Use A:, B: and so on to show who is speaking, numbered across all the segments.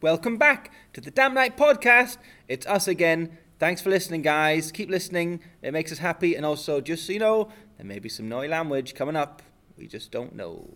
A: Welcome back to the Damn Night Podcast. It's us again. Thanks for listening, guys. Keep listening. It makes us happy. And also, just so you know, there may be some naughty language coming up. We just don't know.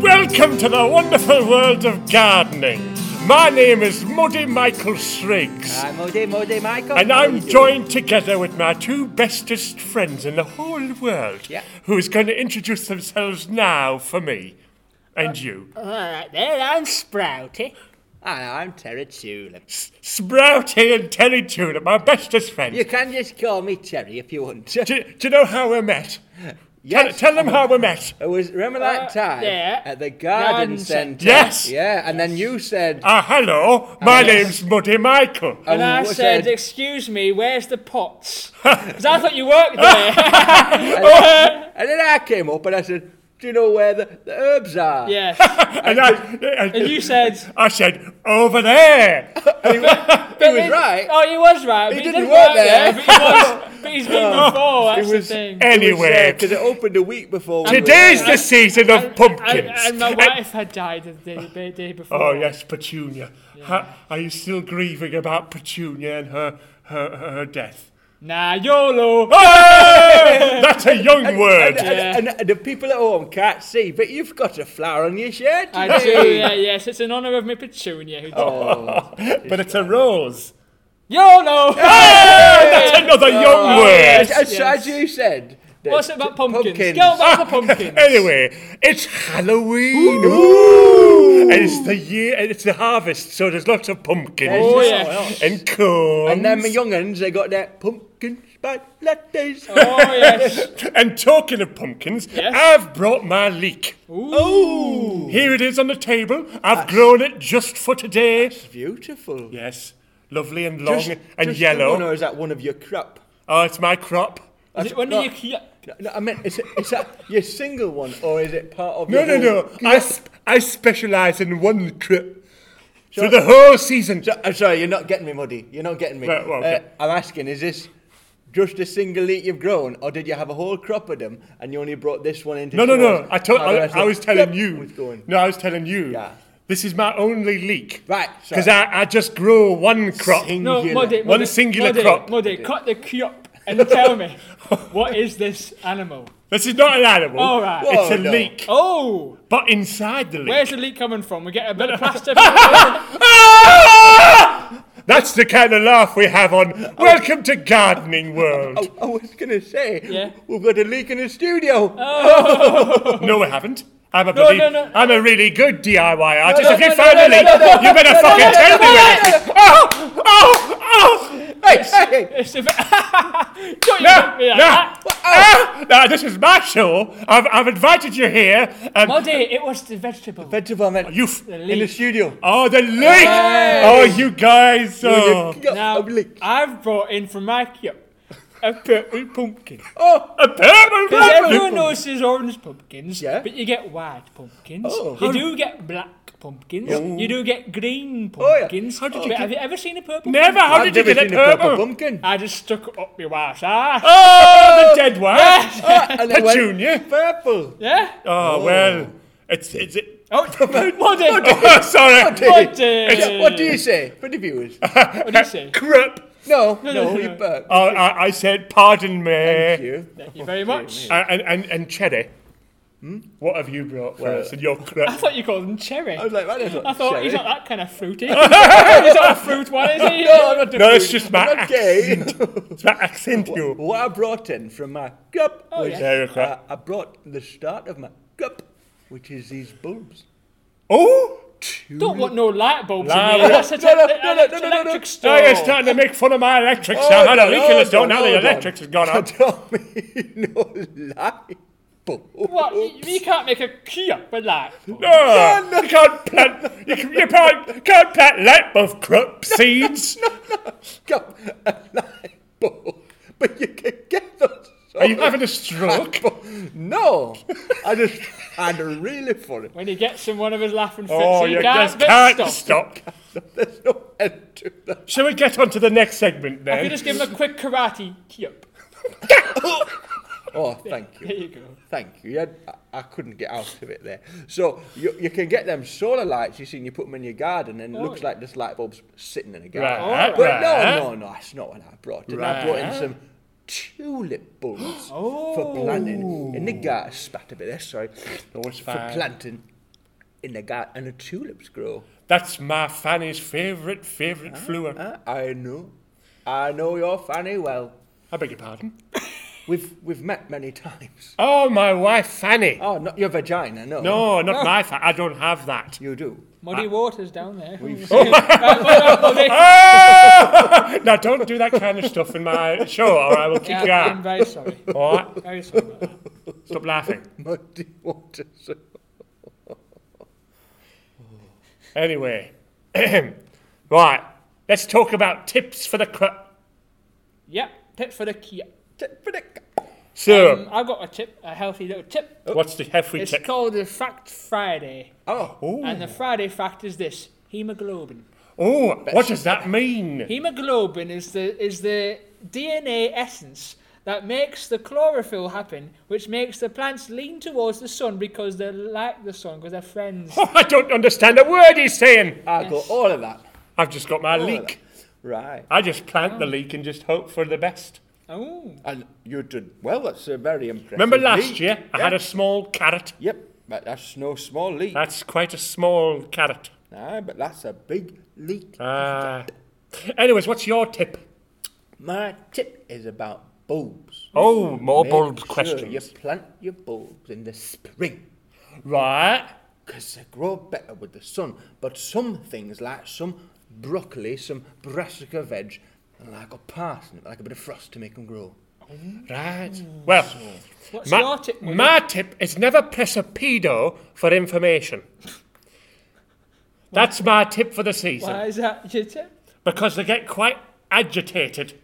B: Welcome to the wonderful world of gardening. My name is Muddy Michael Shriggs,
A: I'm Ode Mode Michael.
B: and
A: How are you
B: I'm
A: doing?
B: joined together with my two bestest friends in the whole world,
A: Yeah.
B: who is going to introduce themselves now for me and you.
C: Alright then, I'm Sprouty.
A: And I'm Terry Tulip.
B: Sprouty and Terry Tulip, my bestest friends.
A: You can just call me Terry if you want.
B: Do, do you know how we met? Tell,
A: Yes.
B: tell them how we met.
A: It was remember that
C: Uh,
A: time
C: yeah.
A: at the garden
C: Garden
A: centre.
C: centre.
B: Yes.
A: Yeah, and then you said,
B: Ah, hello, my
A: yes. Uh,
B: name's Muddy Michael.
C: And I
A: we
C: said, excuse me, where's the pots? Because I thought you worked there.
A: and then I came up and I said, "Do you know where the, the herbs are?"
C: yes.
B: and,
A: uh,
B: I,
C: And you said...
B: I said, over there.
A: he was right.
C: Oh, he was right. He,
A: didn't work there.
C: But, he was, but he's been before, that's
A: was-
C: the thing.
B: Anyway,
A: because it opened a week before. we were
B: Today's
A: there.
B: the season of
C: And,
B: pumpkins.
C: and my
B: And-
C: wife had died the day, the day before.
B: oh yes, Petunia. Ha- are you still grieving about Petunia and her her, her death?
C: Nah, YOLO.
B: Oh, Hey! That's a young
A: And,
B: word.
A: and, and the people at home can't see, but you've got a flower on your shirt.
C: I do, yeah, yes. It's in honour of my petunia who died.
B: But it's a rose.
C: YOLO!
B: That's another
A: Oh,
B: young word.
A: As, as,
C: yes.
A: as you said. that
C: What's it about pumpkins?
A: Pumpkins.
C: Go back to pumpkins.
B: Anyway, it's Halloween. And it's the year and it's the harvest, so there's lots of pumpkins.
C: Oh, yeah.
B: And corn.
A: And then my young'uns, they got their pumpkin spice lattes.
C: Oh, yes.
B: And talking of pumpkins,
C: Yes.
B: I've brought my leek. Ooh.
C: Oh.
B: Here it is on the table. I've grown it just for today.
A: Beautiful.
B: Yes, lovely and long
A: Just-
B: and
A: just the
B: yellow.
A: One, or is that one of your crop?
B: Oh, it's my crop.
C: Is it when
A: no.
C: you... yeah.
A: No, I meant, is, it, is that your single one, or is it part of
B: No,
A: your
B: no,
A: whole-
B: no. I, sp- I specialise in one crop for the whole season.
A: So- I'm sorry, you're not getting me, Muddy. You're not getting me.
B: Right, well, okay.
A: uh, I'm asking, is this just a single leek you've grown, or did you have a whole crop of them and you only brought this one into
B: No, no,
A: show
B: no.
A: us
B: I, told,
A: how
B: I,
A: the rest
B: I
A: of
B: was
A: the
B: telling
A: crop was
B: you.
A: going?
B: No, I was telling you.
A: Yeah.
B: This is my only leek.
A: Right, sorry.
B: Because I, I just grow one crop.
C: No,
A: Singular.
C: Muddy,
B: One
C: Muddy,
B: singular
C: Muddy,
B: crop.
C: Muddy, cut the crop and tell me, what is this animal?
B: This is not an animal.
C: All right.
B: It's
A: Whoa,
B: a
A: no.
B: leek.
C: Oh,
B: But inside the leek.
C: where's the leak coming from? We get a bit of plaster. from-
B: Ah! That's the kind of laugh we have on Welcome to Gardening World.
A: I was gonna say,
C: Yeah. Oh,
A: we've got a leak in the studio.
B: No, we haven't. I'm a
C: No,
B: bloody,
C: no, no.
B: I'm a really good DIY artist.
A: no,
B: if you
A: no,
B: found
A: no,
B: a
A: no,
B: leak,
A: no, no,
B: you better fucking tell me where it is. Oh, oh, oh!
A: hey, hey, hey.
C: it's a bit. Don't you
B: No,
C: make me like
B: no.
C: that.
B: Ah, no, this is my show. I've, I've invited you here. And
C: Muddy, it was the vegetable.
A: Vegetable, I meant
B: you. F-
A: in the
C: leek.
A: studio.
B: oh, the leak! Oh, you guys. Oh.
A: You got
C: now,
A: a leak.
C: I've brought in from my crop a purple pumpkin.
A: Oh,
B: A purple
C: Because
B: pumpkin.
C: everyone knows there's orange pumpkins,
A: Yeah.
C: but you get white pumpkins.
A: Oh.
C: You do get black pumpkins. You do get green
A: yeah.
C: pumpkins.
B: Oh, How did you
C: But
B: get-
C: Have you ever seen a purple
B: Never.
C: pumpkin?
B: How did you
A: I've never
B: get
A: seen
B: Oh. a
A: a purple
B: purple?
A: pumpkin.
C: I just stuck it up my wife's ass.
B: Oh, the dead one.
A: Ah, and it went
B: Petunia.
A: Purple.
C: Yeah?
B: Oh, well, it's it's it.
C: Oh, Muddy!
B: Oh, sorry.
C: uh, Muddy!
A: What do you say for the viewers?
C: What do you say?
B: Crap.
A: No, no,
C: no,
A: you
C: no.
A: burped.
B: Oh, I, I said, pardon me.
A: Thank you.
C: Thank you very much.
B: Uh, and and and cherry. What have you brought for us? And your
C: I
B: crap.
C: thought you called him Cherry.
A: I was like, that is not
C: I thought
A: cherry.
C: he's not that kind of fruity. he's not a fruit one, is he?
A: No, I'm not
B: No, it's
A: different.
B: just my
A: I'm not gay.
B: It's my accent, you.
A: what I brought in from my cup was
C: yeah.
B: There you go.
A: uh, I brought the start of my cup, which is these bulbs.
B: Oh,
C: Don't want no light bulbs
B: Nah,
C: in
B: we-
C: here. That's a
A: No, no, no,
C: an
A: no, no, no, Oh, no.
C: electric
B: now
C: store.
B: you're starting to make fun of my electrics.
A: Oh,
B: I had a
A: no,
B: leak in the store.
A: no,
B: Now the
A: no, no.
B: electrics has gone out.
A: Tell me no lie. bulb.
C: What? You, you can't make a key up with light bulbs.
B: No, you can't plant. You, can, you can't, can't plant light bulb crop seeds.
A: Cup, a light bulb. But you can get those
B: Are you having a stroke?
A: No, I just had a really funny.
C: When he gets in one of his laughing fits,
B: oh,
C: he
B: you
C: can't,
B: just
C: but
B: can't
C: stop.
B: stop.
A: There's no end to that.
B: Shall we get on to the next segment
C: If
B: then?
C: you just give him a quick karate chop.
A: Oh, thank
C: There
A: you,
C: you go.
A: thank you. Yeah, I, I couldn't get out of it there. So you, you can get them solar lights. You see, and you put them in your garden, and it
C: Oh,
A: looks
C: yeah.
A: like this light bulb's sitting in a garden.
B: Right,
A: But
B: right.
A: no, no, no, that's not what I brought. in. I brought in
B: Right.
A: some tulip bulbs for planting in the garden. Spat a bit there, sorry.
B: No, it's
A: For
B: fine.
A: planting in the garden, and the tulips grow.
B: That's my Fanny's favourite, favourite
C: Ah,
B: flower.
A: Huh? I know. I know your Fanny well.
B: I beg your pardon.
A: We've we've met many times.
B: Oh, my wife Fanny.
A: Oh, not your vagina, no.
B: No,
C: Ah.
B: not my Fanny. I don't have that.
A: You do.
C: Muddy waters down there.
B: Oh! now, don't do that kind of stuff in my show, or I will kick
C: Yeah,
B: you
C: I'm
B: out.
C: very sorry.
B: All right,
C: Very sorry about that.
B: stop laughing.
A: Muddy waters.
B: Anyway, right, let's talk about tips for the. Cr-
C: Yep, tip for the key.
B: so,
C: Um, I've got a tip, a healthy little tip.
B: what's the hefty
C: Um, It's
B: tip?
C: called the Fact Friday.
A: Oh,
C: And the Friday fact is this hemoglobin.
B: Oh, what does that mean?
C: Hemoglobin is the is the DNA essence that makes the chlorophyll happen, which makes the plants lean towards the sun because they like the sun because they're friends.
B: Oh, I don't understand a word he's saying.
A: I got all of that.
B: I've just got my
A: All
C: Oh,
A: of
B: leek.
A: that. Right.
B: I just plant the leek and just hope for the best.
C: oh,
A: And you did well. That's a very impressive.
B: Remember last
A: leap.
B: year, I had a small carrot.
A: Yep, but that's no small leak.
B: That's quite a small carrot.
A: Nah, but that's a big leak.
B: Ah. anyways, what's your tip?
A: My tip is about bulbs.
B: Oh, more
A: Make
B: bulb
A: sure
B: questions.
A: You plant your bulbs in the spring.
B: Right.
A: because they grow better with the sun. But some things, like some broccoli, some brassica veg, and like a parsnip, like a bit of frost to make them grow.
B: Right. Well,
C: what's
B: my,
C: your tip? Mother?
B: my tip is never press a pedo for information. That's my tip for the season.
C: Why is that your tip?
B: Because they get quite agitated.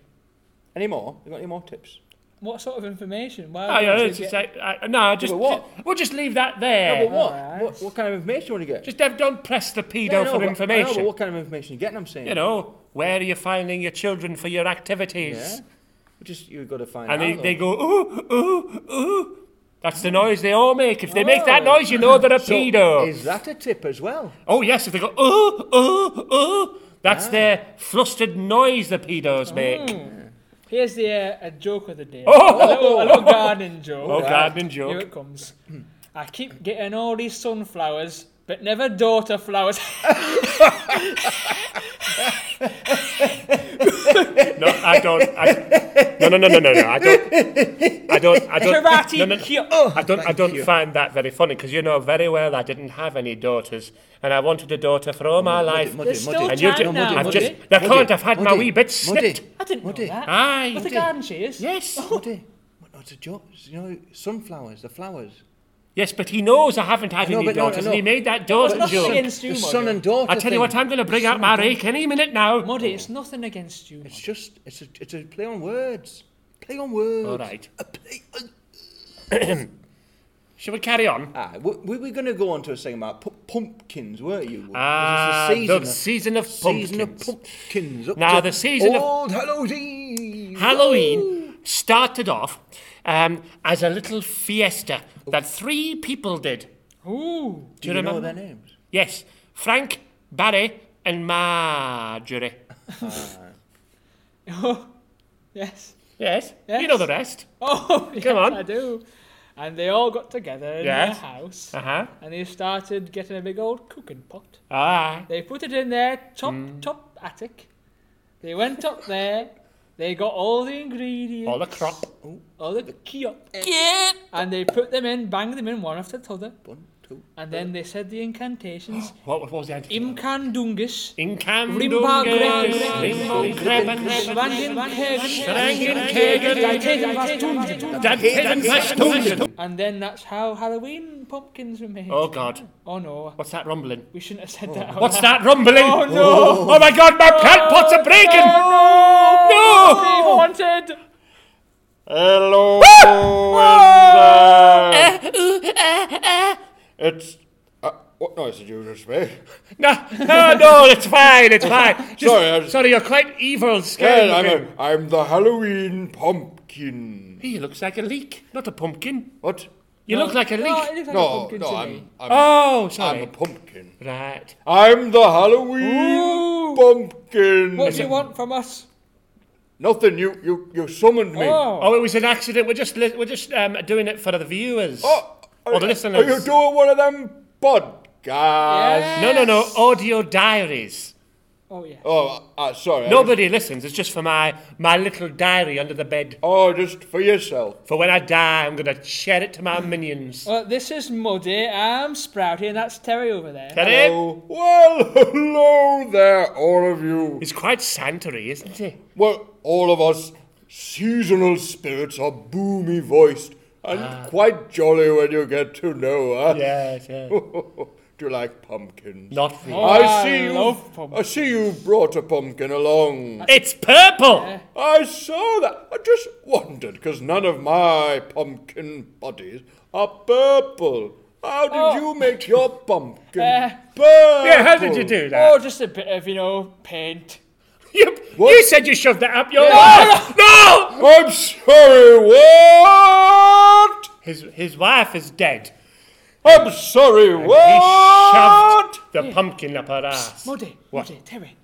A: Any more? You got any more tips?
C: What sort of information? Why
B: Oh, yeah,
C: would you
B: it's
C: get-
B: just like- I- no, just,
A: but what?
B: ju- we'll just leave that there.
A: but what?
C: Alright.
A: what? What kind of information want you get?
B: just don't- don't press the pedo
A: No, no,
B: for
A: but- I know,
B: information.
A: but what kind of information you getting? I'm saying.
B: you know, where are you finding your children for your activities?
A: Yeah. Just you've got to find
B: And
A: out.
B: they,
A: though.
B: they go, ooh, ooh, ooh. That's the noise they all make. If they make that noise, you know they're a
A: So,
B: pedo.
A: Is that a tip as well?
B: Oh, yes, if they go, ooh, ooh, ooh, that's their flustered noise the pedos make.
C: Hmm. Here's the uh, a joke of the day.
B: Oh!
C: A, little, a little gardening joke.
B: Oh, gardening
C: Here
B: joke.
C: it comes. I keep getting all these sunflowers, but never daughter flowers.
B: No, I don't. I, no, no, no, no, no, no. I don't. I don't. I don't.
C: Karate
B: No, no, Oh, no.
C: chop.
B: I don't, I don't find that very funny because you know very well I didn't have any daughters and I wanted a daughter for
A: Mm,
B: all my life.
A: Muddy,
C: There's
A: muddy,
C: still
A: muddy.
B: And you
C: time
B: did-
C: now.
B: I've
C: muddy.
B: just, I can't have had my
A: Muddy,
B: wee bit snipped.
A: muddy,
C: I didn't know
A: muddy,
C: that.
B: Aye.
C: But the
B: Muddy.
C: garden shears.
B: Yes.
A: Muddy. Well, no, it's a joke. It's, You know, sunflowers, the flowers.
B: Yes, but he knows I haven't had
A: I know,
B: any
A: but no,
B: daughters
A: I know.
B: and he made that
C: But
B: daughter
C: not
B: joke.
C: saying-
A: the
C: Against you,
A: son
C: Muddy.
A: and daughter.
B: I tell you
A: thing.
B: what, I'm going to bring out my rake any minute now.
C: Muddy, it's nothing against you.
A: It's just it's a it's a play on words. Play on words.
B: All right.
A: A play on...
B: Shall we carry on?
A: Ah, we, we were going to go on to a thing about pu- pumpkins, weren't you?
B: Ah,
A: This is the
B: the
A: season
B: season of
A: of,
B: pumpkins.
A: season of pumpkins. Up
B: Now,
A: to
B: the season of-
A: old Halloween.
B: Halloween started off um, as a little fiesta that three people did.
C: Ooh.
A: Do you,
B: you
A: know
B: remember?
A: their names?
B: Yes, Frank, Barry, and Marjorie.
C: Oh, yes.
B: Yes, you
C: Yes.
B: know the rest.
C: Oh, yes,
B: on.
C: I do. And they all got together in
B: Yes.
C: their house
B: Uh huh.
C: and they started getting a big old cooking pot.
B: Ah,
C: They put it in their top,
B: Mm.
C: top attic. They went up there. They got all the ingredients.
B: all the crop.
C: all Oh, the key up. And they put them in, banged them in one after the other.
A: One, two.
C: And then they said the incantations.
B: What, what was the answer?
C: Imkandungus. Limba
B: Incandungus,
C: Grangus,
B: limbum crepens,
C: Schlangenkegel,
B: danten festungen.
C: And then that's how Halloween pumpkins were made.
B: Oh God, Oh,
C: Oh no,
B: what's that rumbling?
C: we shouldn't have said that. out
B: What's
C: loud.
B: that rumbling?
C: Oh, no.
B: Oh my God, my plant pots are breaking!
C: Oh,
B: No!
C: no! Be haunted!
A: Hello, Wednesday. It's uh, what noise did you just make?
B: No, no, no, it's fine, it's fine. Just-
A: Sorry, I just-
B: sorry, you're quite evil, scary.
A: Yeah, I'm,
B: looking.
A: a, I'm the Halloween pumpkin.
B: He looks like a leek, not a pumpkin.
A: What?
B: You look like a leek.
C: No, it looks like a
A: No,
C: pumpkin
A: no,
C: to
A: I'm
C: me.
A: I'm,
B: oh,
A: I'm
B: sorry.
A: a pumpkin.
B: right.
A: I'm the Halloween pumpkin.
C: What do you want from us?
A: Nothing. You you you summoned me.
C: Oh,
B: Oh, it was an accident. We're just li- we're just um, doing it for the viewers.
A: Oh,
B: Or
A: are-
B: the
A: Are you
B: listeners.
A: doing one of them podcasts?
B: No, no, no. Audio diaries.
C: oh yeah.
A: Oh, uh, sorry. I was-
B: Nobody listens. It's just for my my little diary under the bed.
A: Oh, just for yourself.
B: For when I die, I'm gonna share it to my minions.
C: Well, this is Muddy. I'm Sprouty, and that's Terry over there.
B: That it?
A: Hello. Well, hello there, all of you.
B: He's quite santery, isn't he?
A: Well, all of us seasonal spirits are boomy voiced and quite jolly when you get to know us.
B: Yes. yes.
A: Do you like pumpkins?
B: Not really.
C: Oh.
A: I
C: I
A: see you.
C: love pumpkins.
A: I see you brought a pumpkin along.
B: It's purple.
A: I saw that. I just wondered because none of my pumpkin buddies are purple. How did
C: Oh.
A: you make your pumpkin
C: Eh.
A: purple?
B: Yeah. How did you do that?
C: Oh, just a bit of you know paint.
B: You,
A: What?
B: you said you shoved that up your
C: Yeah.
B: wife. No!
A: I'm sorry. What?
B: His his wife is dead.
A: I'm sorry.
B: He
A: What?
B: shoved the pumpkin up her ass.
C: Muddy,
B: What?
C: Muddy, Terry.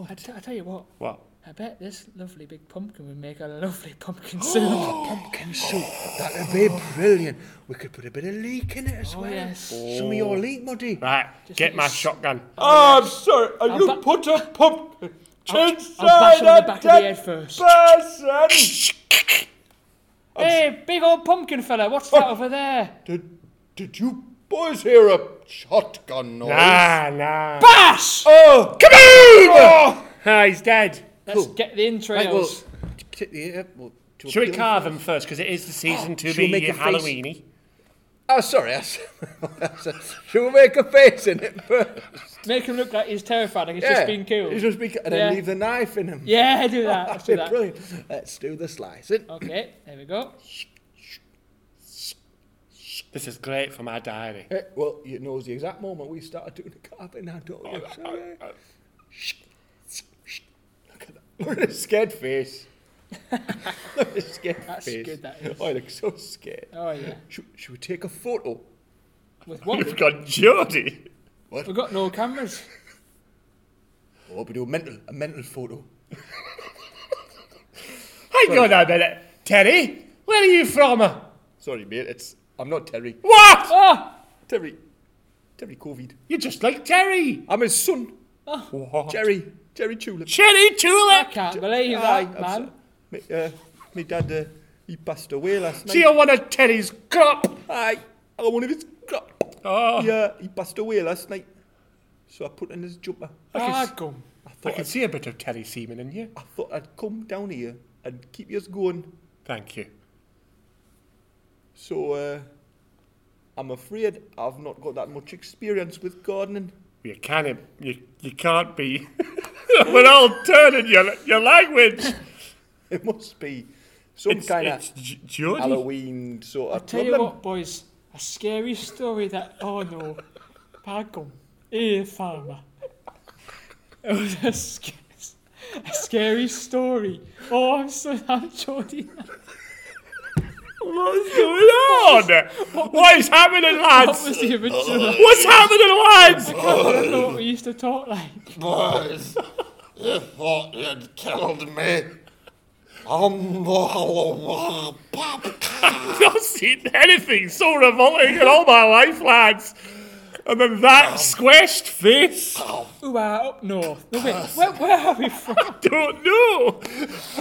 C: What? I, t- I tell you what.
B: What?
C: I bet this lovely big pumpkin would make a lovely pumpkin
D: Oh,
C: soup.
D: Pumpkin soup. That would be brilliant. We could put a bit of leek in it as well.
C: Oh, yes.
D: Some of your leek, Muddy.
B: Right.
C: let
B: get
C: me
B: my
C: s-
B: shotgun.
A: Oh. I'm sorry. And you
C: ba-
A: put a pumpkin
C: I'll bash
A: inside
C: on
A: a
C: the back of the head
A: dead
C: first.
A: person.
C: Hey, big old pumpkin fella, what's
D: Oh,
C: that over there?
A: Did, did you boys hear a shotgun noise?
B: Nah, nah.
C: Bash!
A: Oh, come on!
B: Ah, he's dead.
C: Let's
D: Cool.
C: get the entrails.
D: Right, well, take the, uh, well, do you
B: Should we
D: want-
B: carve him first? Oh, Because it is the season to
D: should we
B: be
D: make a face?
B: Halloweeny.
D: Oh, sorry. I s- Should we make a face in it first?
C: Make him look like he's terrified, like he's just been killed.
D: He's just been, and then
C: Yeah.
D: leave the knife in him.
C: Yeah, do that. Let's do
D: Yeah,
C: that.
D: Brilliant. Let's do the slicing.
C: Okay, there we go.
B: This is great for my diary.
D: Eh, well, you know the exact moment we started doing the carving now, don't you?
C: Oh,
D: Sorry.
A: Look at his scared face. Look at his scared
C: That's
A: face.
C: good, that is.
A: Oh, he looks so scared.
C: Oh yeah.
D: Should, should we take a photo?
C: With what?
B: We've got Jody.
C: We've got no cameras.
A: Oh,
D: Or we do a mental, a mental photo.
B: Hang on a minute. Terry, where are you from?
A: Sorry, mate. It's I'm not Terry.
B: What?
C: Oh!
D: Ah!
A: Terry. Terry Covid.
B: You're just like Terry.
A: I'm his son.
B: What?
A: Jerry. Jerry Tulip.
B: Cherry
C: I
B: Tulip.
C: can't believe
D: Ah,
A: Aye,
C: that,
A: I'm
C: man.
A: so- Me, uh, me dad, uh, he passed away last
B: So
A: night.
B: you're one of Terry's crop.
A: Aye. I got one of his crap.
B: Oh,
A: Yeah, he passed away last night. So I put in his jumper.
C: Ah, gum.
A: I
B: I
A: thought,
B: can
A: I'd,
B: see a bit of Terry semen in you.
A: I thought I'd come down here and keep yours going.
B: Thank you.
A: So, uh, I'm afraid I've not got that much experience with gardening.
B: You can't. You, you can't be. We're all turning your your language.
A: It must be some kind
B: it's
A: of
B: J- Jody.
A: Halloween sort of
C: Tell
A: problem.
C: you what, boys, a scary story that. Oh no, Pagum, ear farmer. It was a, sc- a scary story. Oh, I'm so I'm Jody.
B: What's going on? what is happening,
C: That was
B: lads?
C: the original.
B: What's happening, lads?
C: I don't know what we used to talk like.
E: Boys, you thought you'd killed me. I'm all
B: I've not seen anything so revolting in all my life, lads. And then that squished face.
C: Ooh, ah, up north. No, wait, where, where are we from?
B: Don't know.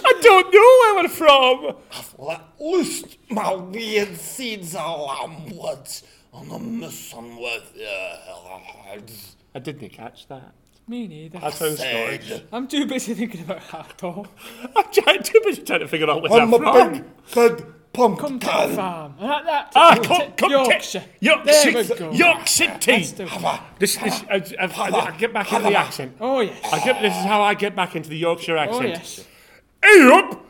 B: I don't know where we're from.
E: Let loose my weird seeds alarm woods and I'm messing with your heads.
B: I didn't catch that.
C: Me neither.
B: That's how story.
E: Said,
C: I'm too busy thinking about how to talk.
B: I'm trying too busy trying to figure out where I'm
E: I'm a
B: from.
E: big, big pumpkin.
C: Come to the farm. And at that
B: Ah,
C: t-
B: come, come,
C: Yorkshire.
B: York
C: There we
B: City.
C: go.
B: York City.
C: That's the-
E: Have a-
B: This, this, I, I, I, I get back into the accent.
C: Oh yes.
B: I get, this is how I get back into the Yorkshire
C: Oh
B: accent.
C: yes.
B: Hey up!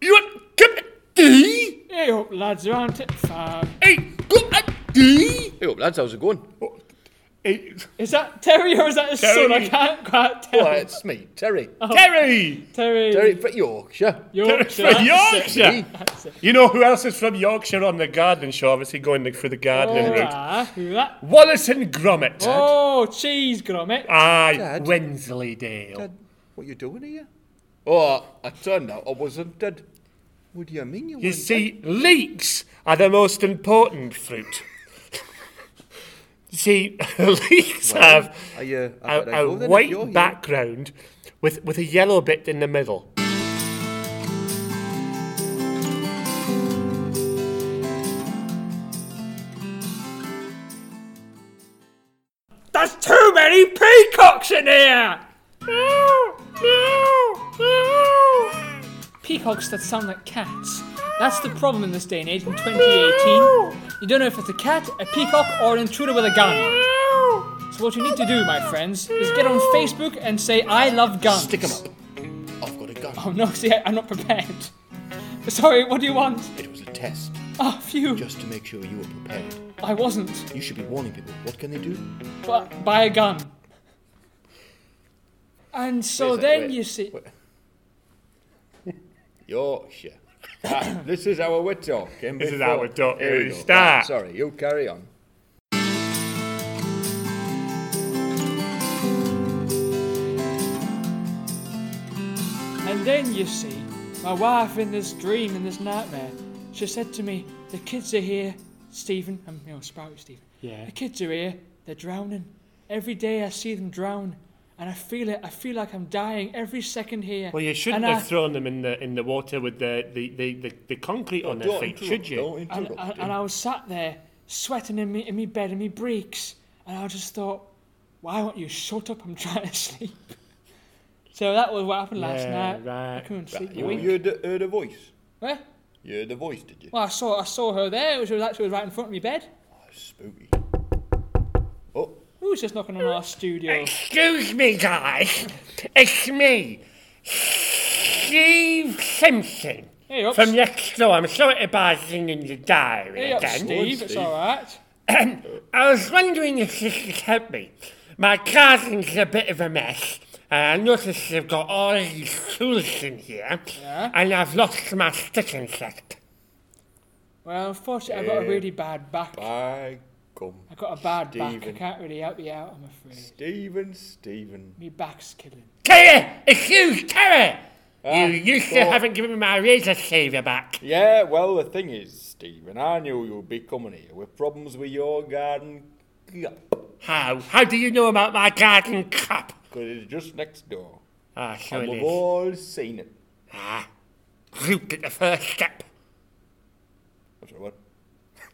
B: You up? Come
A: D?
C: Hey up, lads, aren't it fab?
A: Hey, go at D? Hey, up, lads, how's it going?
E: Oh,
B: Hey,
C: Is that Terry or is that his son? I
B: Terry.
C: can't quite tell.
A: Well, it's me, Terry.
B: Oh. Terry!
C: Terry.
A: Terry from Yorkshire.
C: Yorkshire.
B: Terry from
C: that's it.
B: Yorkshire!
C: That's it.
B: You know who else is from Yorkshire on the gardening show? Obviously, going the- for the gardening
C: Oh,
B: route.
C: ah, who that?
B: Wallace and Gromit.
C: Oh, cheese grommet.
B: Aye,
A: Dad.
B: Wensleydale.
A: Dad, what you doing here? Oh, I turned out I wasn't dead. What do you mean you
B: You
A: weren't dead?
B: see, leeks are the most important fruit. You see, leeks have
A: Are you, I
B: a,
A: better go
B: a
A: then if you're
B: white
A: here.
B: background with, with a yellow bit in the middle.
C: There's too many peacocks in here! Peacocks that sound like cats. That's the problem in this day and age in 2018. You don't know if it's a cat, a peacock, or an intruder with a gun. So what you need to do, my friends, is get on Facebook and say I love guns.
A: Stick 'em up. I've got a gun.
C: Oh no, see, I- I'm not prepared. Sorry, what do you want?
A: It was a test,
C: Oh, phew,
A: just to make sure you were prepared.
C: I wasn't.
A: You should be warning people. What can they do?
C: But buy a gun. And so
A: Wait a sec,
C: then
A: wait.
C: you see.
A: Wait. Yorkshire. Ah, this is how we're talking.
B: This is
A: before-
B: how we're talking.
A: Here we go.
B: Start.
A: Right, sorry, you carry on.
C: And then you see, my wife in this dream, in this nightmare, she said to me, The kids are here, Stephen, I'm you know, Sprouty Stephen.
B: Yeah.
C: The kids are here, they're drowning. Every day I see them drown, and I feel it, I feel like I'm dying every second here.
B: Well, you shouldn't
C: and
B: have
C: I,
B: thrown them in the in the water with the the, the, the, the concrete on their
A: Don't
B: feet,
A: interrupt,
B: should you?
A: Don't
C: and,
A: interrupt.
C: and, and I was sat there, sweating in me, in me bed, in me breeks, and I just thought, Why won't you shut up? I'm trying to sleep. so that was what happened last
B: Yeah,
C: night. I
B: right.
C: couldn't sleep.
A: you
C: a week.
A: heard, a- heard a voice.
C: Where?
A: You heard a voice, did you?
C: Well, I saw, I saw her there, she was actually right in front of my bed.
A: Spooky. Oh,
C: Who's just knocking on our studio?
B: Excuse me, guys. It's me, Steve Simpson.
C: Hey up,
B: From next door, I'm sorry to bother in your diary
C: hey up
B: again.
C: Steve, it's alright.
B: I was wondering if this could help me. My garden's a bit of a mess, and I noticed they've got all these tools in here,
C: Yeah.
B: and I've lost my sticking set.
C: Well, unfortunately, I've got a really bad back.
A: I come.
C: I've got a bad back. I
A: Stephen.
C: can't really help you out, I'm afraid.
A: Stephen, Stephen.
C: My back's killing.
B: Terry! It's you, Terry!
A: Ah,
C: Oh,
B: you used to
A: go on.
B: haven't given me my razor saver back.
A: Yeah, well, the thing is, Stephen, I knew you'd be coming here with problems with your garden because
B: How? How do you know about my garden cup?
A: it's just next door.
B: Ah, so
A: And
B: it
A: we've
B: is.
A: all seen it.
B: Ah, Luke did the first step.
A: That's right, what?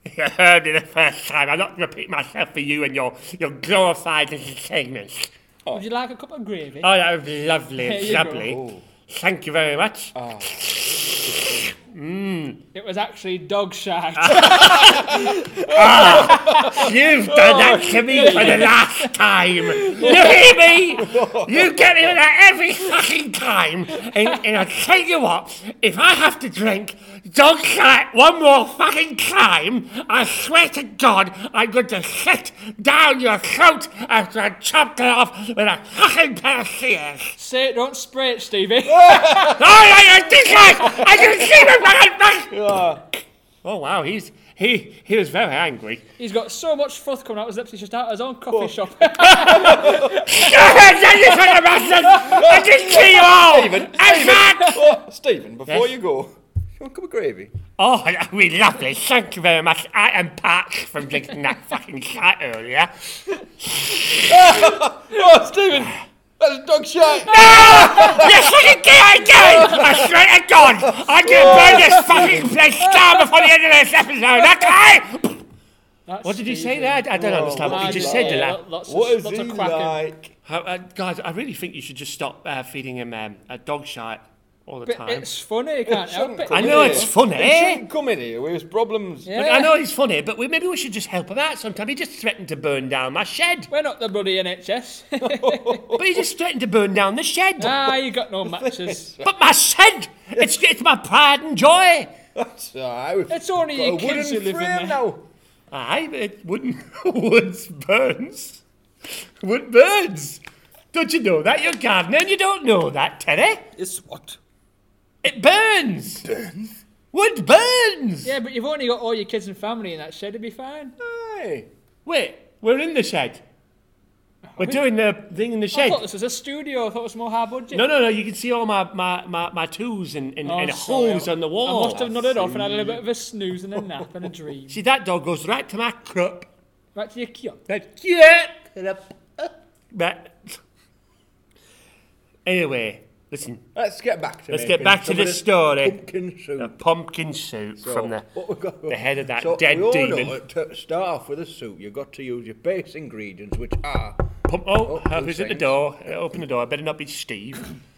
B: You heard it the first time. I'm not repeating myself for you and your, your glorified entertainments.
C: Would you like a cup of gravy?
B: Oh, that was lovely,
C: There
B: it's
C: you go.
B: lovely.
A: Oh.
B: Thank you very much.
C: it was actually dog shite.
B: You've done that to me for the last time. You hear me? You get me with that every fucking time. And, and I tell you what, if I have to drink dog shit one more fucking time, I swear to God, I'm going to sit down your throat after I chopped it off with a fucking pair of Oh, shears.
C: Say it, don't spray it, Stevie.
B: All right, I did that. I can see my fucking face.
A: Ah,
B: Oh wow, he's he he was very angry.
C: He's got so much froth coming out his lips, he's just out of his own coffee shop.
B: I just kill you all!
A: oh, Stephen, before
B: Yes?
A: you go, you want a cup of gravy?
B: Oh, that would be lovely. Thank you very much. I am parched from drinking that fucking shite earlier.
A: Oh, Stephen, that's dog shite.
B: Yes, I can get it again! I swear to God, I'm gonna burn this fucking place down before the end of this episode, okay?
C: That's
B: What did he say
C: Stevie.
B: there? I don't understand what
C: Ah,
B: you just
C: yeah,
B: said to
C: yeah,
B: that.
C: lo- Lots of,
A: What is
C: lots
A: he
C: of quacking.
A: like?
B: Uh, uh, guys, I really think you should just stop uh, feeding him um, a dog shite all the
C: But
B: time.
C: it's funny, you can't help it.
B: I know it's funny.
A: He shouldn't come in here with his problems.
C: Yeah.
B: Look, I know he's funny, but we, maybe we should just help him out sometime. He just threatened to burn down my shed.
C: We're not the bloody NHS.
B: But he just threatened to burn down the shed.
C: ah, you got no matches.
B: But my shed! It's, it's my pride and joy!
A: That's all right.
C: It's only
A: Got
C: your
A: a
C: kids who
A: wooden
C: live in
A: frame
C: there.
A: now.
B: Aye, but it wooden woods burns. Wood burns. Don't you know that? You're a gardener and you don't know that, Teddy.
F: It's what?
B: It burns. Burns? Wood burns.
C: Yeah, but you've only got all your kids and family in that shed. It'd be fine.
A: Aye.
B: Wait, we're in the shed. We're doing the thing in the
C: I
B: shed.
C: thought this was a studio. I thought it was more high budget.
B: No, no, no, you can see all my, my, my, my tools and, and,
C: Oh,
B: and
C: sorry,
B: holes
C: I-
B: on the
C: I
B: wall.
C: must have nodded off and had a little bit of a snooze and a nap and a dream.
B: See, that dog goes right to my crop.
C: Right to your kiosk.
B: That yeah. But anyway, listen.
A: Let's get back to
B: Let's get
A: making
B: back to
A: some
B: the
A: of this
B: story.
A: Pumpkin soup.
B: The pumpkin soup from the,
A: what we got-
B: the head of that
A: so
B: dead
A: we all
B: demon.
A: Know that to start off with a soup, you've got to use your base ingredients, which are
B: Pump, oh,
A: Oh,
B: who's at the
A: things.
B: door? Uh, Open the door. Better not be Steve.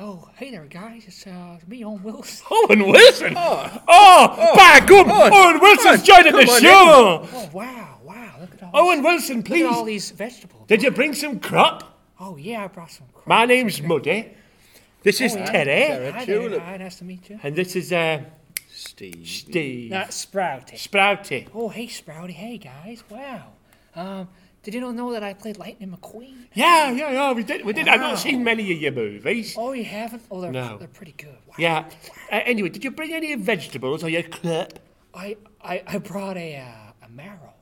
C: Oh, hey there, guys. It's uh, me, Owen Wilson.
B: Owen Wilson. Oh, by gum. Owen Wilson's joining the show.
C: Oh, wow, wow. Look at all,
B: Owen Wilson,
C: look at all
B: please.
C: these vegetables.
B: Did you bring some crop?
C: Oh, yeah, I brought some. Crap.
B: My name's Muddy. This
C: Oh,
B: is Teddy,
A: a
C: Hi there.
A: tulip.
C: Hi, nice to meet you.
B: and this is uh,
A: Steve.
B: Steve
C: That's Sprouty.
B: Sprouty.
C: Oh, hey, Sprouty. Hey, guys. Wow. Um, did you not know that I played Lightning McQueen?
B: Yeah, yeah, yeah. We did. We did. I've not seen many of your movies.
C: Oh, you haven't? Oh, they're,
B: No.
C: they're pretty good. Wow.
B: Yeah. Uh, anyway, did you bring any vegetables or your crap?
C: I, I, I brought a, uh, a marrow.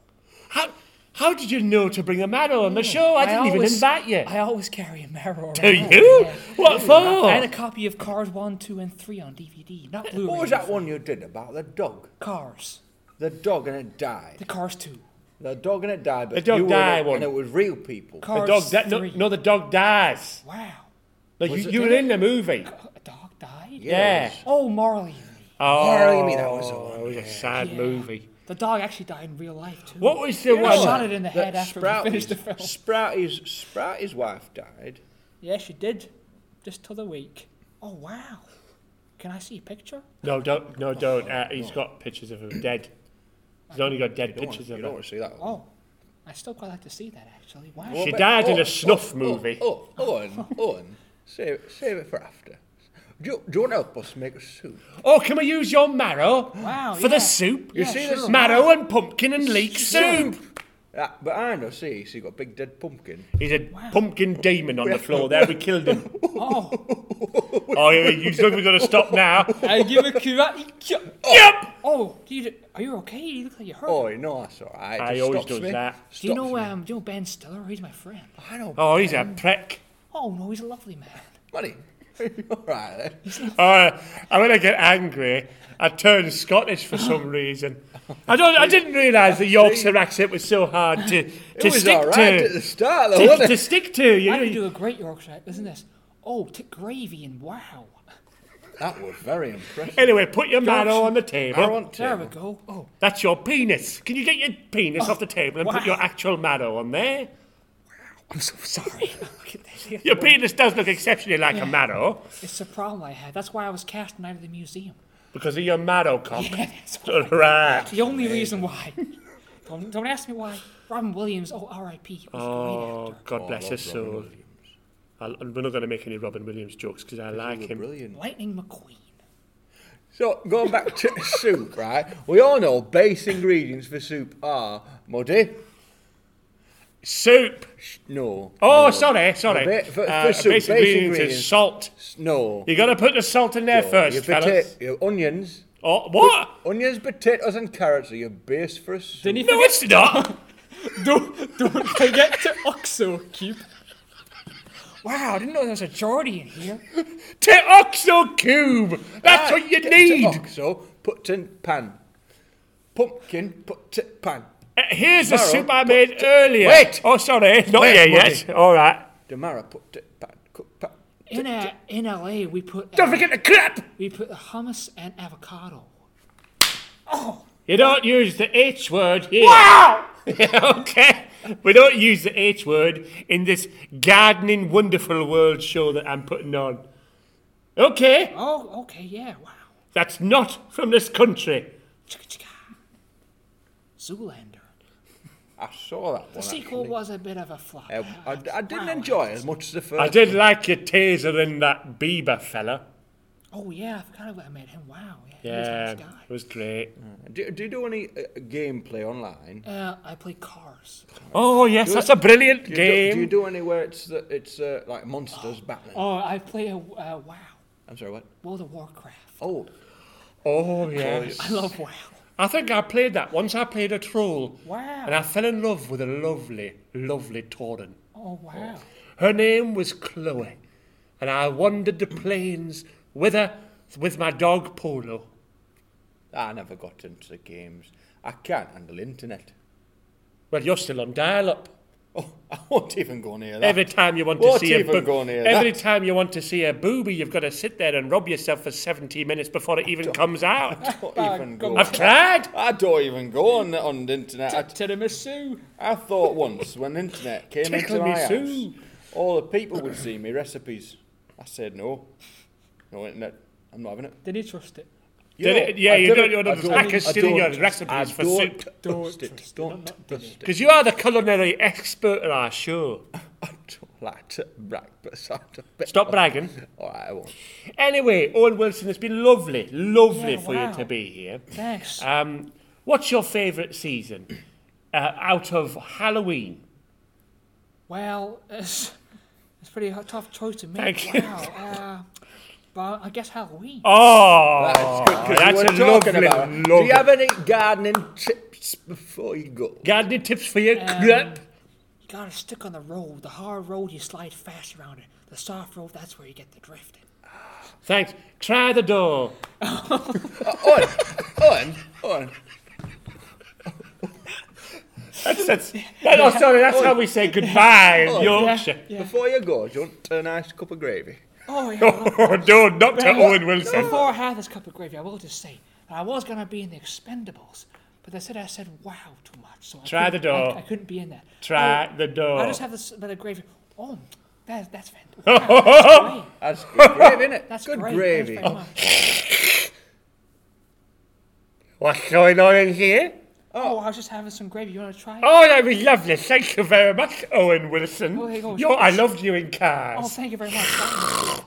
B: How how did you know to bring a marrow on the show? I didn't even
C: Hmm. always-
B: invite you.
C: I always carry a marrow around.
B: Do you? What
C: I had a
B: for?
C: copy of Cars 1, 2, and 3 on DVD. Not Blu-ray.
A: What was that one you did about the dog?
C: Cars.
A: The dog and it died.
C: The Cars 2.
A: The dog and it died, but
B: The dog
A: you were in
B: died
A: it,
B: one.
A: and it was real people.
B: The
C: Cars
B: dog. That, no,
C: 3.
B: no, the dog dies.
C: Wow.
B: No, you, you were in the movie.
C: A dog died?
B: Yeah.
C: Oh, Marley.
B: Oh,
A: me, that was the one,
B: It was a sad movie.
C: The dog actually died in real life, too.
B: What was the
C: I shot
B: one?
C: it in the
A: That
C: head after we finished the film.
A: Sprouty's, Sprouty's wife died.
C: Yeah, she did. Just t'other week. Oh, wow. Can I see a picture?
B: No, don't.
C: Oh,
B: No, don't. Uh, he's got pictures of him dead. He's only got dead
A: You
B: pictures of
A: don't
B: her.
A: want to see that one.
C: Oh, I still quite like to see that, actually. Wow.
B: She died in a snuff
A: oh,
B: movie.
A: Oh, oh, Owen, Owen, save, save it for after. Do you, do you want to help us make a soup?
B: Oh, can we use your marrow
C: Wow,
B: for the
C: yeah.
B: soup?
A: You see this
B: marrow and pumpkin and leek soup.
A: Ah, behind us, see, he's got a big dead pumpkin.
B: He's a pumpkin demon on the floor there. We killed him. Oh, yeah, you look, we've got to stop now.
C: I give a karate chop.
B: Yep.
C: Oh, do you, are you okay? You look like you're hurt.
A: Oh, no, that's all right.
B: I
A: Just
B: always
A: stops
B: does
A: me.
B: that.
C: do you
A: Stops
C: know,
A: me.
C: um, do you know Ben Stiller? He's my friend.
A: I know.
B: Oh, he's a prick.
C: Oh, no, he's a lovely man.
A: Buddy, all right then.
B: Uh, and when I get angry, I turn Scottish for some reason. I don't. I didn't realise the Yorkshire accent was so hard to,
A: It
B: to
A: was
B: stick
A: all right at
B: to.
A: the start, though,
B: To,
A: wasn't
B: to
A: it?
B: stick to, you
C: I
B: know.
C: can do a great Yorkshire accent, isn't this? Oh, tick gravy and wow.
A: That was very impressive.
B: Anyway, put your marrow on the table.
A: I want
C: There we
A: to.
C: go. Oh,
B: That's your penis. Can you get your penis
A: Oh,
B: off the table and put your actual marrow on there?
C: I'm so sorry. Look at this.
B: Your penis does look exceptionally like a marrow
C: it's a problem I had. That's why I was cast out of the museum.
B: because of your marrow cock.
C: Yeah, that's
B: All right.
C: the only reason why. Don't, don't ask me why. Robin Williams, oh, R.I.P. was
B: Oh,
C: great actor.
B: God bless his soul. I'll, and we're not going to make any Robin Williams jokes because I like him.
A: Brilliant.
C: Lightning McQueen.
A: So, going back to soup, right? We all know base ingredients for soup are muddy.
B: Soup.
A: No.
B: Oh, sorry, sorry.
A: ba- for-
B: Uh,
A: for soup, base
B: basic ingredients is
A: ingredients.
B: salt.
A: No.
B: You got to put the salt in there first,
A: your
B: fellas.
A: pota- your onions.
B: Oh, what?
A: Onions, potatoes, and carrots are your base for a soup.
C: Didn't he
B: No, it's not.
C: don't, don't forget to oxo cube. Wow, I didn't know there was a Geordie in here.
B: Te oxo cube. That's what you
A: Get
B: need.
A: to Oxo, put in pan. Pumpkin, put in pan.
B: Uh, Here's the
A: Tomorrow,
B: soup I made earlier.
A: Wait.
B: Oh, sorry. Not
A: Wait,
B: here yet. All right.
A: Damara, put in pan. Cook pan.
C: In, uh in LA, we put uh,
B: Don't forget the crap.
C: we put hummus and avocado.
B: You don't use the H word here. Wow! okay. We don't use the H word in this gardening wonderful world show that I'm putting on. Okay.
C: Oh, okay, yeah, wow.
B: That's not from this country.
C: Chicka chicka. Zoolander.
A: I saw that one.
C: The sequel
A: actually.
C: was a bit of a flop.
A: Um, I, I didn't
C: Wow.
A: enjoy it as much as the first.
B: I did like your taser in that Bieber fella.
C: Oh yeah, I forgot about met him. Wow, yeah, he was a
B: Yeah,
C: nice guy.
B: it was great.
A: Do, do you do any uh, gameplay online?
C: Uh, I play cars.
B: Oh yes, that's a brilliant
A: Do you
B: game.
A: Do, do you do anywhere it's that it's uh, like monsters battling?
C: Oh, I play a uh, WoW,
A: I'm sorry, what?
C: World of Warcraft.
A: Oh,
B: oh yes.
C: I love WoW.
B: I think I played that once. I played a troll.
C: Wow.
B: And I fell in love with a lovely, lovely tauren.
C: Oh wow.
B: Her name was Chloe, and I wandered the plains with her with my dog Polo.
A: I never got into the games. I can't handle internet.
B: Well, you're still on dial-up.
A: Oh, I won't even go near that.
B: Every time you want
A: What
B: to see a
A: even going here?
B: every
A: That-
B: time you want to see a booby, you've got to sit there and rob yourself for 70 minutes before it even comes out.
A: I don't even go.
B: I've tried.
A: I don't even go on on the
B: Oh.
A: internet.
B: Uh,
A: I
C: Tiramisu.
A: I thought once when the internet came into
B: Tickle
A: my
B: me
A: house,
B: Sue.
A: all the people would see me recipes. I said no, no internet. I'm not having it.
C: Did he trust it?
B: Did
A: know,
B: it- yeah,
A: I
B: you
A: didn't-
B: don't- you're
A: I
B: not lacking
A: I
B: stealing your
A: don't-
B: recipes
A: I
B: for
A: don't
B: soup.
A: trust
C: Don't
A: it,
C: trust it, I'm
A: Don't
C: not doing
A: trust it.
B: Because you are the culinary expert at our show.
A: I don't like to brag, but I don't bet.
B: Stop bragging.
A: All right, Oh, I won't.
B: Anyway, Owen Wilson, it's been lovely, lovely
C: Yeah,
B: for
C: wow.
B: you to be here.
C: Thanks.
B: Um, what's your favourite season uh, out of Halloween?
C: well, it's it's pretty hard, tough choice to make.
B: Thank you.
C: wow. Uh, but I guess Halloween.
B: Oh, that's
A: We're
B: a
A: talking
B: lovely,
A: about it. Do
B: lovely.
A: you have any gardening tips before you go?
B: Gardening tips for your
C: Um,
B: crap?
C: You gotta stick on the road. The hard road, you slide fast around it. The soft road, that's where you get the drifting.
B: Thanks. Try the door.
A: Oh, Owen, Owen, Owen.
B: That's, that's, that, oh, sorry, that's how we say goodbye in Yorkshire.
C: Oh, Yeah.
A: Before you go, do you want a nice cup of gravy?
C: Oh yeah.
B: Oh, no, not to Owen Wilson.
C: Before I had this cup of gravy, I will just say that I was gonna be in the Expendables, but they said I said wow too much, so I
B: Try the
C: couldn't- I-
B: door.
C: I, couldn't be in that.
B: Try the
C: I,
B: door.
C: I just have this bit of gravy. Oh, that, that's fantastic. Wow, that's
A: That's
C: great.
A: good gravy, isn't it?
C: That's
A: good
C: great.
A: gravy.
C: Thanks very much.
B: What's going on in here?
C: Oh, I was just having some gravy. You wanna try? it?
B: Oh, that was lovely. Thank you very much, Owen Wilson.
C: Oh, there you go.
B: You're, I loved you in
C: Oh,
B: cars.
C: thank you very much. that's,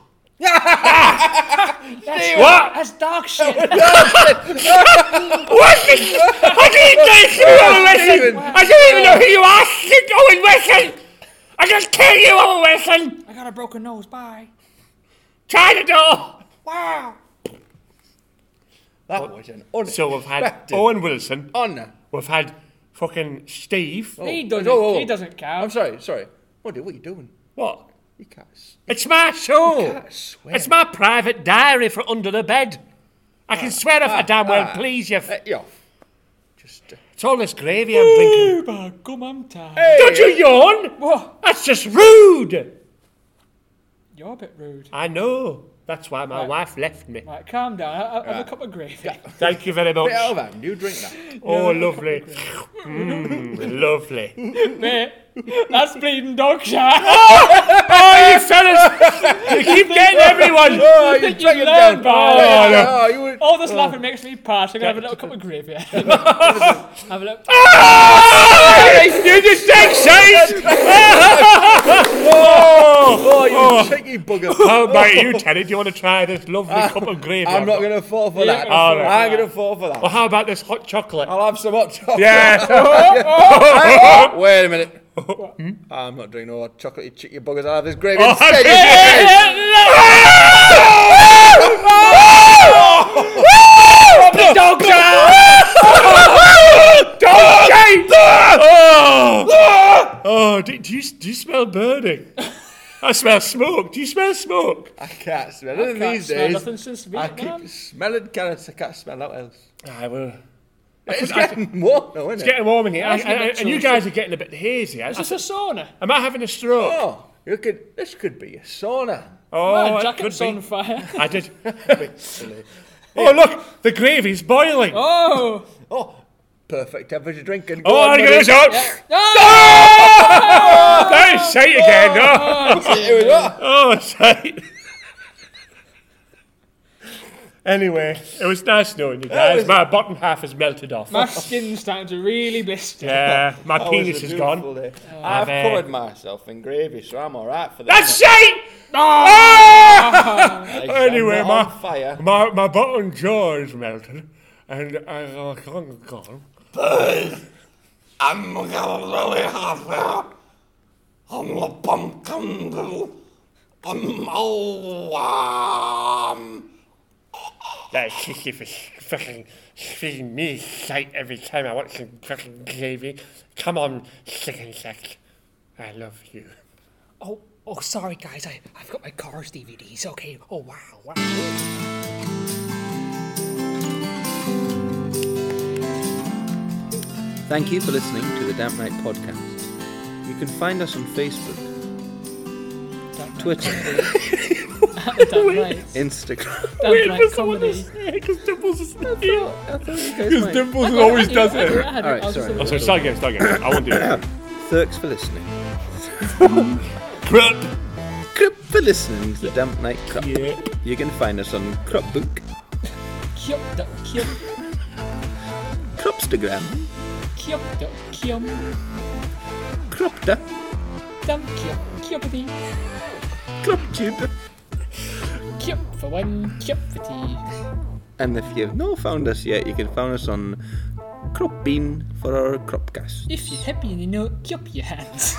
B: What?
C: that's dog shit. Oh,
B: What? I didn't know it's you, Owen Wilson. I don't even know who you are, Sid- Owen Wilson. I just kill you, Owen Wilson.
C: I got a broken nose. Bye.
B: Try the door.
C: Wow.
A: That was an unexpected.
B: So we've had Owen Wilson.
A: Honor.
B: We've had fucking Steve.
C: He
A: Oh,
C: doesn't.
A: oh, oh.
C: He doesn't
A: I'm
C: count.
A: sorry, sorry. What, what are you doing?
B: What?
A: You can't. s-
B: It's my show.
A: can't swear.
B: Oh. It's my private diary for under the bed. I can swear if I damn well
A: ah.
B: please you. f-
A: Let you off. Just. Uh,
B: It's all this gravy I'm drinking.
C: Uber, come on, time.
B: Don't you yawn?
C: Whoa,
B: That's just rude.
C: you're a bit rude.
B: I know. That's why my
C: Right.
B: wife left me.
C: Right, calm down. I, I, have a cup of gravy.
B: Thank you very much.
A: bit out of hand. You drink that.
B: Oh, lovely. Mm, lovely.
C: Mate, that's bleeding dog shit. I
B: Oh, you fellas! You keep getting everyone!
A: Oh, you
C: think
A: drink
C: you
A: it
C: learn
A: down.
C: by
B: Oh, no.
A: Oh, you were.
C: All this laughing makes me pass. I'm gonna have a little cup of gravy. have a little.
B: Ah, You just take shite! Oh,
A: Oh, you cheeky bugger.
B: oh, mate, you, Teddy, do you want to try this lovely cup of gravy?
A: Uh, I'm not going to fall for that.
B: All right.
A: I'm going to fall for
B: Well,
A: that.
B: how about this hot chocolate?
A: I'll have some hot chocolate.
B: Oh, Yeah. Oh,
A: Wait a minute. I'm not drinking no hot chocolate, you cheeky buggers. I'll have this gravy
B: Hmm? Oh,
A: instead. you dickheads.
B: okay. Dog Dog Oh, oh do, do, you, do you smell burning? I smell smoke. Do you smell smoke?
A: I can't smell it
C: can't
A: these
C: smell
A: days.
C: nothing since
A: I
C: Vietnam.
A: keep smelling carrots. I can't smell that else.
B: Ah, I will.
A: It's getting warm, though, isn't it?
B: Getting warm in here. I,
C: That's a
B: I-
C: bit
B: and you
C: toasty.
B: guys are getting a bit hazy. I,
C: Is this a sauna?
B: am I having a stroke?
A: Oh, you could. This could be a sauna.
B: Oh,
C: My
B: it
C: jacket's
B: could be.
C: on fire.
B: I did. oh, look, the gravy's boiling. Oh,
C: Oh.
A: Oh, perfect temperature drinking.
B: I'm going to
C: Ah!
B: There's sight again. Oh,
A: Here we go.
B: oh sight. Anyway, it was nice knowing you guys. My bottom half has melted off.
C: My skin's starting to really blister.
B: yeah, my
G: That was
B: penis
G: a
B: is
G: beautiful
B: gone.
G: day.
B: I've,
G: I've
B: uh,
G: covered myself in gravy, so I'm all right for that.
B: That's shite! Ah! anyway,
G: Oh. I'm
B: my,
G: not on fire.
B: my my bottom jaw is melted, and I I can't go.
H: I'm gonna really have that. I'm a pumpkin. girl. I'm all um,
B: That sissy for fucking feeding me shite every time I want some fucking gravy. Come on, chicken sex. I love you.
I: Oh, oh, sorry, guys. I, I've got my Cars DVDs. Okay. Oh, wow. wow.
A: Thank you for listening to the Damp Night Podcast. You can find us on Facebook, Twitter,
C: Damn right.
A: Instagram.
C: Damn right comedy.
B: Because Dimples is not here.
A: I thought you guys might.
B: Dimples always does
C: I
B: it.
C: had it.
A: All right,
C: I was just
A: sorry.
B: Oh, so start again, start again. I won't do it.
A: Thanks for listening.
B: Crap.
A: Crap for listening to the Damp Night Cup.
B: Yeah.
A: You can find us on Crupbook,
C: Kyum, duck, kyum,
A: Crupstagram,
C: kyum, duck, kyum,
A: Crupta,
C: dum, kyum, kyumpity,
A: Cruptube.
C: kyum for one, kyum for tea.
A: And if you've not found us yet, you can find us on Crop Bean for our Cropcast.
C: If you're happy and you know, it, kyup your hands.